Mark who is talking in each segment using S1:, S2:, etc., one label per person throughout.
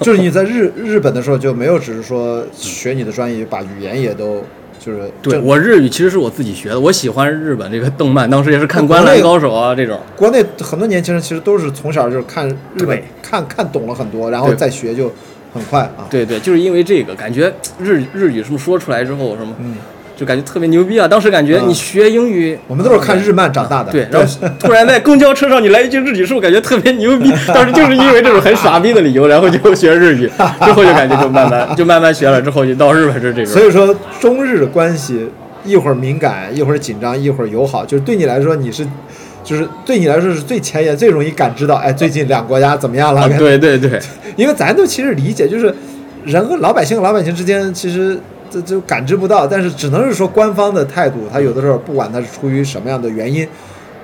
S1: 就是你在日日本的时候就没有，只是说学你的专业，把语言也都就是
S2: 对
S1: 正
S2: 我日语其实是我自己学的，我喜欢日本这个动漫，当时也是看《灌篮高手啊》这种。
S1: 国内很多年轻人其实都是从小就是看日本
S2: 对
S1: 看看懂了很多，然后
S2: 对
S1: 再学就很快啊。
S2: 对对，就是因为这个，感觉日日语什么说出来之后什么，
S1: 嗯，
S2: 就感觉特别牛逼啊！当时感觉
S1: 嗯
S2: 你学英语，
S1: 我们都是看日漫长大的。
S2: 对，然后突然在公交车上你来一句日语，是不是感觉特别牛逼？当时就是因为这种很傻逼的理由，然后就学日语，之后就感觉就慢慢就慢慢学了，之后就到日本是这
S1: 所
S2: 种。
S1: 以说中日关系一会儿敏感，一会儿紧张，一会儿友好，就是对你来说你是，就是对你来说是最前沿、最容易感知到，哎，最近两国家怎么样了？
S2: 啊，对对对，
S1: 因为咱都其实理解，就是人和老百姓、老百姓之间其实这就感知不到，但是只能是说官方的态度，他有的时候不管他是出于什么样的原因，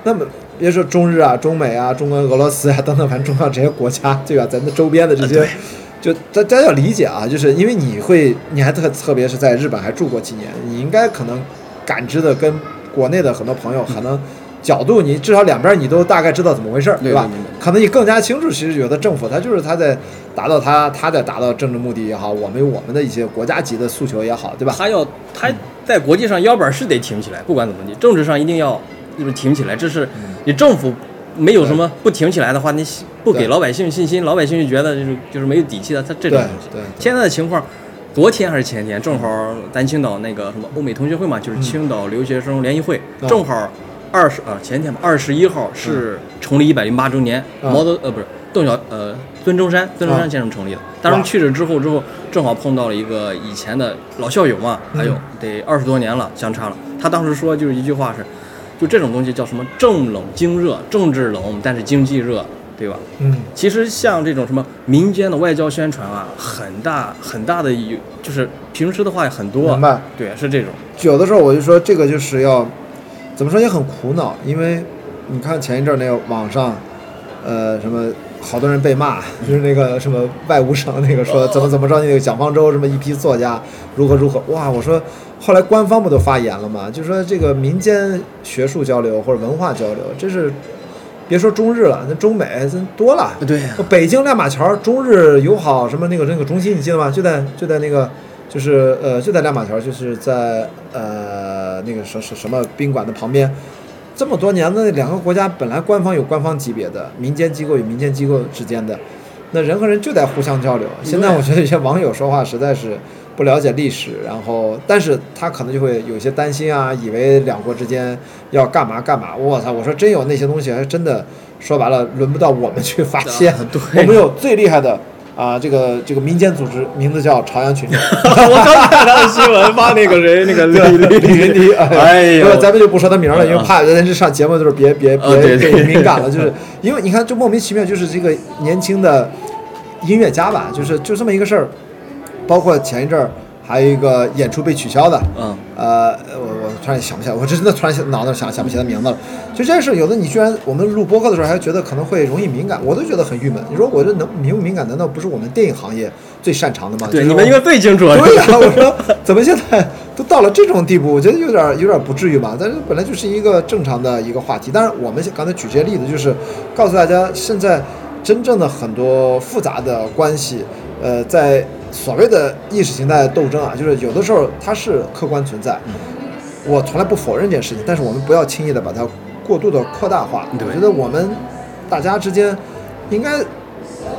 S1: 那么别说中日啊、中美啊、中国、俄罗斯啊等等，反正中上这些国家，对吧？咱的周边的
S2: 啊
S1: 这些。 就大家要理解啊，就是因为你会，你还特特别是在日本还住过几年，你应该可能感知的跟国内的很多朋友可能角度你，至少两边你都大概知道怎么回事儿，
S2: 对
S1: 吧
S2: 对对对？
S1: 可能你更加清楚，其实有的政府他就是他在达到他他在达到政治目的也好，我们有我们的一些国家级的诉求也好，对吧？嗯
S2: 他要他在国际上腰板是得挺起来，不管怎么地，政治上一定要就是挺起来，这是
S1: 嗯
S2: 你政府没有什么不挺起来的话，你不给
S1: 对
S2: 老百姓信心，老百姓就觉得就是就是没有底气的，他这种
S1: 对
S2: 东西。
S1: 对，
S2: 现在的情况，昨天还是前天，正好嗯咱青岛那个什么欧美同学会嘛，就是青岛留学生联谊会，
S1: 嗯
S2: 正好二十啊前天吧，二十一号是成立一百零八周年，
S1: 嗯
S2: 毛泽呃不是邓小呃孙中山孙中山
S1: 嗯
S2: 先生成立的。当时
S1: 哇
S2: 去了之后之后，正好碰到了一个以前的老校友嘛，还有得二十多年了相差了。他当时说就是一句话是，就这种东西叫什么政冷经热，政治冷但是经济热，对吧？
S1: 嗯，
S2: 其实像这种什么民间的外交宣传啊，很大很大的有，就是平时的话也很多
S1: 明
S2: 啊，
S1: 白。
S2: 对，是这种，
S1: 有的时候我就说这个就是要怎么说也很苦恼，因为你看前一阵儿那个网上，呃，什么好多人被骂， 就是那个什么外务省那个说怎么怎么着，那个蒋方舟什么一批作家如何如何，哇，我说后来官方不都发言了嘛，就说这个民间学术交流或者文化交流，这是别说中日了，那中美真多了。
S2: 对呀、
S1: 北京亮马桥中日友好什么那个那个中心，你记得吗？就在就在那个就是呃就在亮马桥，就是在呃那个什什什么宾馆的旁边。这么多年的两个国家本来官方有官方级别的，民间机构有民间机构之间的，那人和人就在互相交流。现在我觉得有些网友说话实在是不了解历史，然后但是他可能就会有些担心啊，以为两国之间要干嘛干嘛。我操！我说真有那些东西，还真的说白了轮不到我们去发现。啊我
S2: 对
S1: 们有最厉害的啊、这个这个民间组织，名字叫朝阳群众。
S2: 我刚看到新闻发那个谁那个李李
S1: 李云迪，
S2: 哎
S1: 不是
S2: 呦，
S1: 咱们就不说他名儿了，因为
S2: 啊
S1: 怕人家上节目就是别别
S2: 啊对
S1: 别
S2: 对
S1: 给敏感了，就是因为你看，就莫名其妙，就是这个年轻的音乐家吧，就是就这么一个事儿。包括前一阵儿还有一个演出被取消的，
S2: 嗯，
S1: 呃，我我突然想不起来，我真的突然想脑子想想不起来名字了。就这件事，有的你居然我们录播客的时候还觉得可能会容易敏感，我都觉得很郁闷。你说我这能敏不敏感？难道不是我们电影行业最擅长的吗？就
S2: 对，
S1: 是
S2: 你们
S1: 我
S2: 应该最清楚了，
S1: 对呀、我说怎么现在都到了这种地步？我觉得有点儿有点儿不至于吧。但是本来就是一个正常的一个话题。当然，我们刚才举这些例子，就是告诉大家，现在真正的很多复杂的关系，呃，在所谓的意识形态斗争啊，就是有的时候它是客观存在。我从来不否认这件事情，但是我们不要轻易的把它过度的扩大化。
S2: 对
S1: 我觉得我们大家之间应该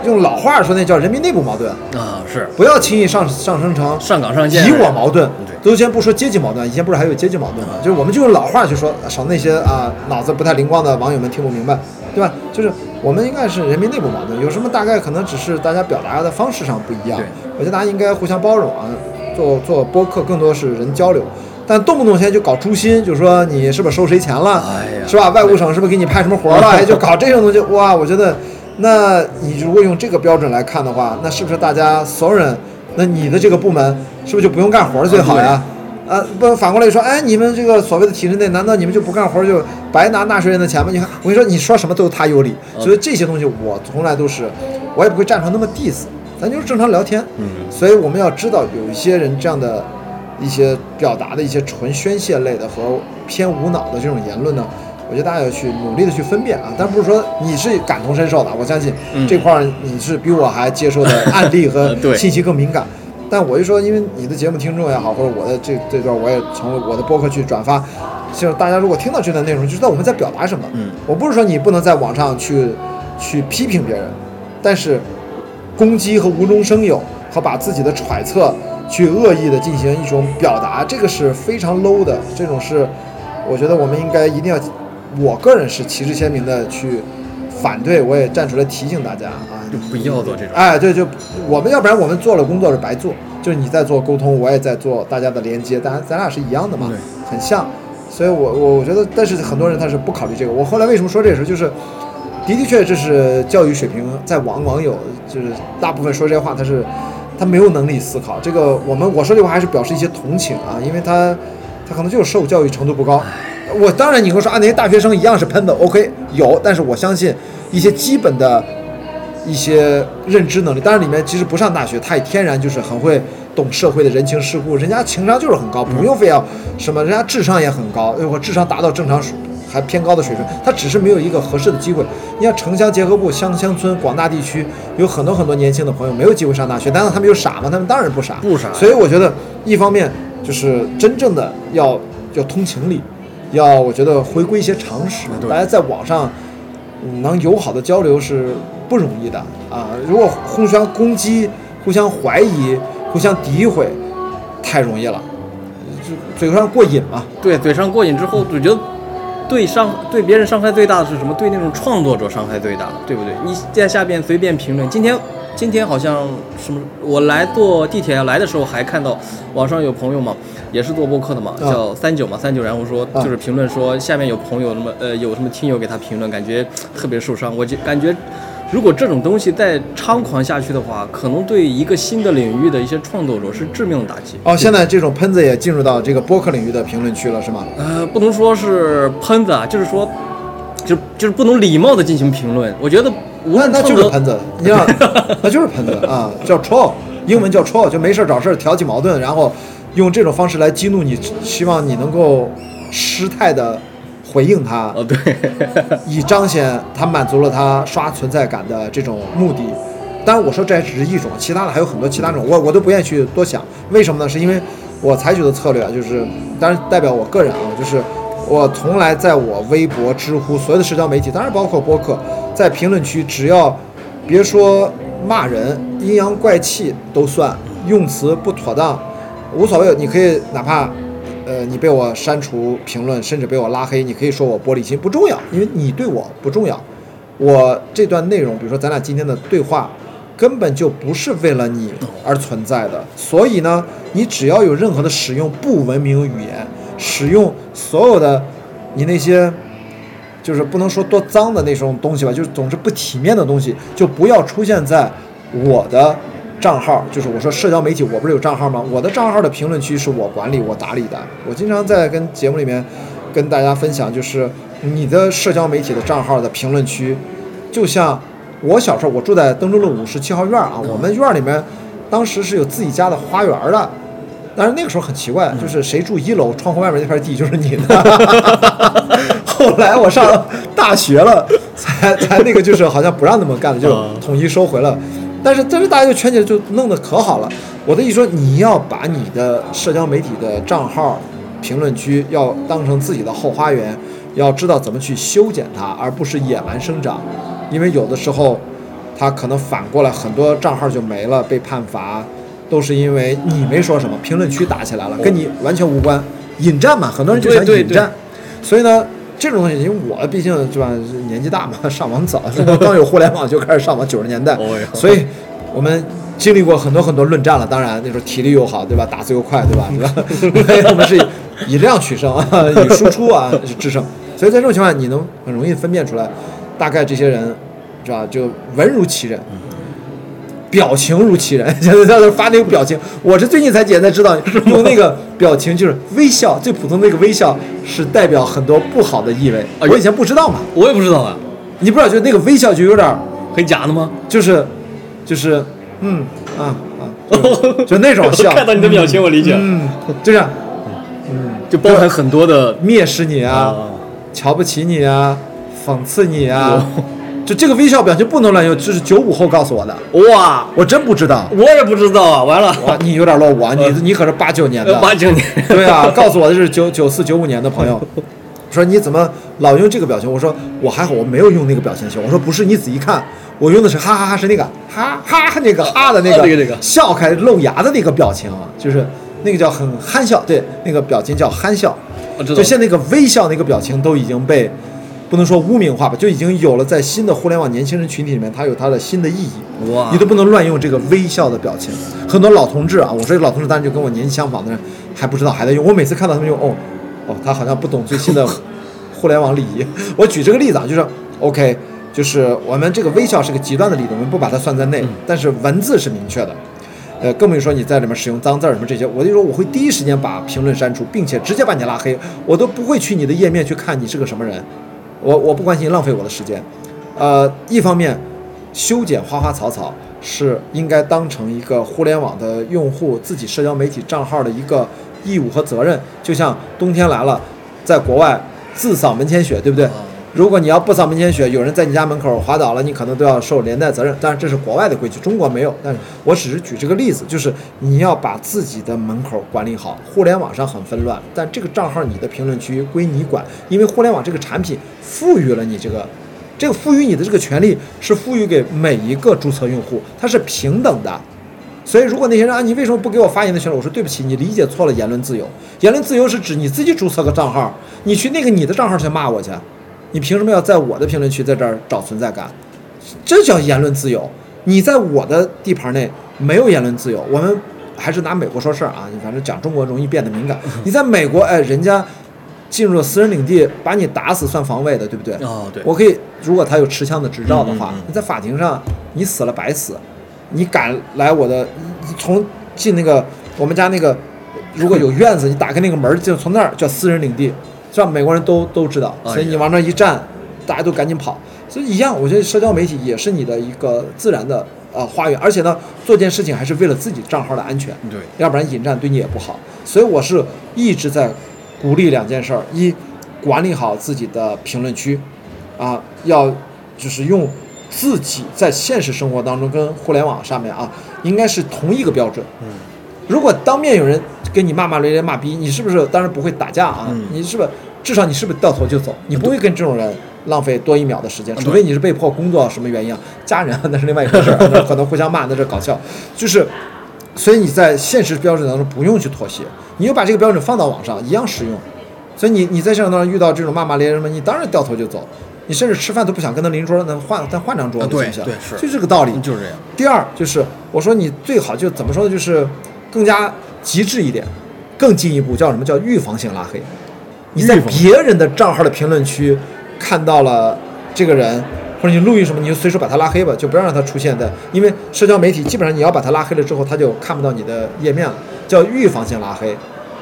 S1: 用老话说，那叫人民内部矛盾，
S2: 啊，是
S1: 不要轻易上上升成
S2: 上岗上线，
S1: 以我矛盾
S2: 对，啊
S1: 都先不说阶级矛盾，以前不是还有阶级矛盾吗？就是我们就用老话去说，省那些啊脑子不太灵光的网友们听不明白，对吧？就是我们应该是人民内部矛盾，有什么大概可能只是大家表达的方式上不一样
S2: 对，
S1: 我觉得大家应该互相包容啊，做做播客更多是人交流。但动不动现在就搞诛心，就说你是不是收谁钱了，
S2: 哎呀
S1: 是吧？外务省是不是给你派什么活儿了？哎，就搞这种东西，哇，我觉得，那你如果用这个标准来看的话，那是不是大家所有人，那你的这个部门是不是就不用干活儿最好呀？啊，不，反过来说，哎，你们这个所谓的体制内，难道你们就不干活儿就白拿纳税人的钱吗？你看，我跟你说，你说什么都是他有理，所以
S2: 嗯
S1: 这些东西我从来都是，我也不会站成那么 diss，咱就是正常聊天。
S2: 嗯，
S1: 所以我们要知道，有一些人这样的一些表达的一些纯宣泄类的和偏无脑的这种言论呢，我觉得大家要去努力的去分辨啊，但不是说你是感同身受的，我相信
S2: 嗯呃
S1: 这块儿你是比我还接受的案例和
S2: 对
S1: 信息更敏感。但我就说，因为你的节目听众也好，或者我的这这段我也从我的播客去转发，就是大家如果听到这段内容，就知道我们在表达什么。
S2: 嗯，
S1: 我不是说你不能在网上去去批评别人，但是攻击和无中生有和把自己的揣测去恶意的进行一种表达，这个是非常 low 的。这种是我觉得我们应该一定要，我个人是旗帜鲜明的去反对，我也站出来提醒大家啊，
S2: 就不要做这种。
S1: 哎，对，就我们要不然我们做了工作是白做，就是你在做沟通，我也在做大家的连接，大家咱俩是一样的嘛
S2: 对，
S1: 很像。所以我，我我觉得，但是很多人他是不考虑这个。我后来为什么说这个事，就是的的确确这是教育水平，在网网友就是大部分说这话，他是他没有能力思考这个。我们我说这话还是表示一些同情啊，因为他他可能就是受教育程度不高。我当然你会说啊，那些大学生一样是喷子，OK 有，但是我相信一些基本的一些认知能力。当然，里面其实不上大学，他也天然就是很会懂社会的人情世故，人家情商就是很高，不用非要什么，人家智商也很高，如果智商达到正常水还偏高的水平，他只是没有一个合适的机会。你像城乡结合部、乡乡村广大地区，有很多很多年轻的朋友没有机会上大学，难道他们就傻吗？他们当然不傻，
S2: 不傻
S1: 所以我觉得，一方面就是真正的要要通情理。要我觉得回归一些常识，
S2: 对
S1: 大家在网上嗯能友好的交流是不容易的啊！如果互相攻击、互相怀疑、互相诋毁，太容易了，就嘴上过瘾嘛。
S2: 对，嘴上过瘾之后，我觉得对伤对别人伤害最大的是什么？对那种创作者伤害最大，对不对？你在下边随便评论，今天今天好像什么，我来坐地铁来的时候还看到网上有朋友嘛，也是做播客的嘛，
S1: 啊
S2: 叫三九嘛，三九，然后说
S1: 啊
S2: 就是评论说下面有朋友什么呃有什么听友给他评论，感觉特别受伤，我就感觉。如果这种东西再猖狂下去的话，可能对一个新的领域的一些创作者是致命的打击。
S1: 哦，现在这种喷子也进入到这个播客领域的评论区了，是吗？
S2: 呃，不能说是喷子啊，就是说，就就是不能礼貌的进行评论。我觉得无
S1: 那
S2: 论
S1: 那
S2: 创
S1: 就是
S2: 作，
S1: 喷 子，你让那就是喷子啊，叫 troll，英文叫 troll，就没事儿找事儿挑起矛盾，然后用这种方式来激怒你，希望你能够失态的回应他。
S2: 哦，对，
S1: 以彰显他满足了他刷存在感的这种目的。当然，我说这还只是一种，其他的还有很多其他种，我我都不愿意去多想。为什么呢？是因为我采取的策略啊就是，当然代表我个人啊，就是我从来在我微博、知乎所有的社交媒体，当然包括播客，在评论区只要别说骂人、阴阳怪气都算，用词不妥当无所谓，你可以哪怕呃，你被我删除评论，甚至被我拉黑，你可以说我玻璃心，不重要，因为你对我不重要。我这段内容，比如说咱俩今天的对话，根本就不是为了你而存在的。所以呢，你只要有任何的使用不文明语言，使用所有的你那些就是不能说多脏的那种东西吧，就是总之不体面的东西，就不要出现在我的账号。就是我说社交媒体，我不是有账号吗？我的账号的评论区是我管理、我打理的。我经常在跟节目里面跟大家分享，就是你的社交媒体的账号的评论区，就像我小时候，我住在登州路五十七号院儿啊，我们院儿里面当时是有自己家的花园儿的。但是那个时候很奇怪，就是谁住一楼，窗户外面那片地就是你的。 后来我上大学了，才才那个就是好像不让那么干了，就是
S2: 嗯
S1: 统一收回了。但是但是大家就圈起来就弄得可好了。我的意思说，你要把你的社交媒体的账号、评论区要当成自己的后花园，要知道怎么去修剪它，而不是野蛮生长。因为有的时候，它可能反过来很多账号就没了，被判罚，都是因为你没说什么，评论区打起来了，跟你完全无关。引战嘛，很多人就想
S2: 对对
S1: 引
S2: 对
S1: 战，所以呢，这种东西，因为我毕竟对吧，年纪大嘛，上网早，刚有互联网就开始上网，九十年代
S2: 哦哟，
S1: 所以我们经历过很多很多论战了。当然那时候体力又好，对吧？打字又快，对吧？对吧？所以我们是以量取胜啊，以输出啊制胜。所以在这种情况下，你能很容易分辨出来，大概这些人，是吧？就文如其人。表情如其人， 现在在那发那个表情，我是最近才姐才知道，用那个表情就是微笑，最普通的那个微笑是代表很多不好的意味。
S2: 哎呦
S1: 我以前不知道嘛，
S2: 我也不知道啊，
S1: 你不知道就那个微笑就有点儿
S2: 很假的吗？
S1: 就是就是嗯啊啊，就就那种 笑，嗯
S2: 看到你的表情，我理解，
S1: 嗯，就这样
S2: 就包含很多的
S1: 蔑视你啊，
S2: 啊，
S1: 瞧不起你啊，讽刺你啊，
S2: 哦
S1: 就这个微笑表情不能乱用，这是九五后告诉我的，
S2: 哇，
S1: 我真不知道。
S2: 我也不知道啊，完了，
S1: 哇，你有点落伍啊，你你可是八九年的，
S2: 哦呃八九年，
S1: 对啊，告诉我的是九九四九五年的朋友，说你怎么老用这个表情？我说我还好，我没有用那个表情球。我说不是，你仔细看，我用的是哈哈哈，是那个哈哈哈那个哈的那个、
S2: 啊那个那个
S1: 笑开露牙的那个表情啊，就是那个叫很憨笑，对，那个表情叫憨笑，
S2: 我知道
S1: 就，现在那个微笑那个表情都已经被不能说污名化吧，就已经有了在新的互联网年轻人群体里面，它有它的新的意义。
S2: 哇
S1: 你，都不能乱用这个微笑的表情。很多老同志啊，我说老同志，当然就跟我年纪相仿的人还不知道还在用。我每次看到他们用，哦，哦，他好像不懂最新的 互联网礼仪。我举这个例子啊，就是 OK，就是我们这个微笑是个极端的例子，我们不把它算在内，但是文字是明确的。呃，更不用说你在里面使用脏字儿什么这些，我就说我会第一时间把评论删除，并且直接把你拉黑，我都不会去你的页面去看你是个什么人，我我不关心浪费我的时间。呃，一方面，修剪花花草草是应该当成一个互联网的用户自己社交媒体账号的一个义务和责任。就像冬天来了，在国外自扫门前雪，对不对？如果你要不扫门前雪，有人在你家门口滑倒了，你可能都要受连带责任。当然这是国外的规矩，中国没有。但是我只是举这个例子，就是你要把自己的门口管理好。互联网上很纷乱，但这个账号你的评论区归你管，因为互联网这个产品赋予了你这个这个赋予你的这个权利是赋予给每一个注册用户，它是平等的。所以，如果那些人啊，你为什么不给我发言的权利？我说对不起，你理解错了言论自由。言论自由是指你自己注册个账号，你去那个你的账号去骂我去，你凭什么要在我的评论区在这儿找存在感？这叫言论自由。你在我的地盘内没有言论自由。我们还是拿美国说事儿啊，反正讲中国容易变得敏感。你在美国，哎，人家进入了私人领地，把你打死算防卫的，对不对？
S2: 哦，对，
S1: 我可以，如果他有持枪的执照的话，
S2: 嗯嗯嗯
S1: 你在法庭上你死了白死，你敢来我的，你从进那个我们家那个，如果有院子，你打开那个门儿，就从那儿叫私人领地，这样美国人都都知道，
S2: 哎呀
S1: 所以你往那儿一站，大家都赶紧跑。所以一样，我觉得社交媒体也是你的一个自然的呃花园，而且呢，做件事情还是为了自己账号的安全。
S2: 对，
S1: 要不然引战对你也不好。所以我是一直在鼓励两件事儿：一，管理好自己的评论区，啊，要就是用自己在现实生活当中跟互联网上面啊，应该是同一个标准。
S2: 嗯，
S1: 如果当面有人跟你骂骂咧咧骂逼，你是不是当然不会打架啊？
S2: 嗯
S1: 你是不是至少你是不是掉头就走？你不会跟这种人浪费多一秒的时间，
S2: 对
S1: 除非你是被迫工作什么原因啊，家人啊那是另外一回事儿， 那可能互相骂那是搞笑，就是。所以你在现实标准当中不用去妥协，你就把这个标准放到网上一样适用。所以你你在市场当中遇到这种骂骂咧咧什么，你当然掉头就走，你甚至吃饭都不想跟他邻桌，那换再换张桌子
S2: 啊
S1: 行不
S2: 对
S1: 行？
S2: 对是嗯
S1: 就这个道理。
S2: 就是这样，
S1: 第二就是我说你最好就怎么说呢，就是更加极致一点，更进一步叫什么叫预防性拉黑。你在
S2: 预防
S1: 别人的账号的评论区看到了这个人，或者你录音什么，你就随手把他拉黑吧，就不要让他出现在，因为社交媒体基本上你要把他拉黑了之后，他就看不到你的页面了，叫预防性拉黑。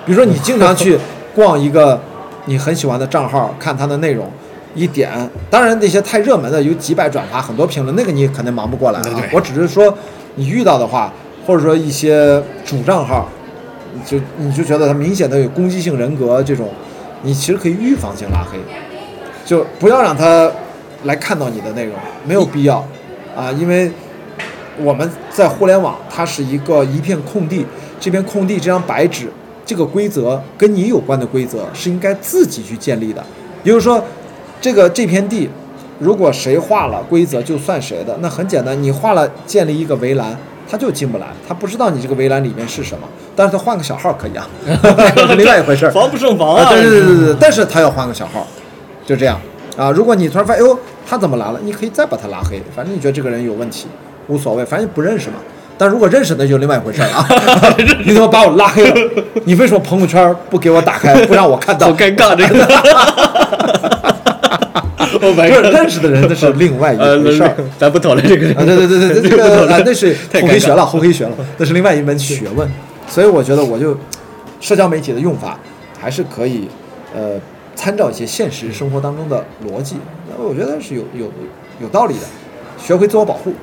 S1: 比如说你经常去逛一个你很喜欢的账号，看它的内容。一点，当然那些太热门的有几百转发，很多评论，那个你肯定忙不过来啊。
S2: 对对
S1: 我只是说，你遇到的话，或者说一些主账号，你就你就觉得他明显的有攻击性人格这种，你其实可以预防性拉黑，就不要让他来看到你的内容，没有必要啊，因为我们在互联网，它是一个一片空地，这片空地这张白纸，这个规则跟你有关的规则是应该自己去建立的，也就是说，这个这片地。如果谁画了规则，就算谁的。那很简单，你画了建立一个围栏，他就进不来，他不知道你这个围栏里面是什么。但是他换个小号可以啊，这是另外一回事儿。
S2: 防不胜防
S1: 啊，
S2: 啊，
S1: 对对对对对，但是他要换个小号，就这样啊。如果你突然发现，哎呦，他怎么来了？你可以再把他拉黑，反正你觉得这个人有问题，无所谓，反正不认识嘛。但如果认识，那就另外一回事儿了啊！你怎么把我拉黑了？你为什么朋友圈不给我打开，不让我看到
S2: 好？尴尬这 个。我
S1: 不
S2: 白
S1: 是认识的人，那是另外一
S2: 呃
S1: 回事儿。，
S2: 咱不讨论这个
S1: 啊，对对对 对，对，这个啊，那是
S2: 太
S1: 厚
S2: 尴
S1: 黑
S2: 尬
S1: 学了，厚黑学了，那是另外一门学问。所以我觉得，我就社交媒体的用法还是可以，呃，参照一些现实生活当中的逻辑，那我觉得是有有有道理的，学会自我保护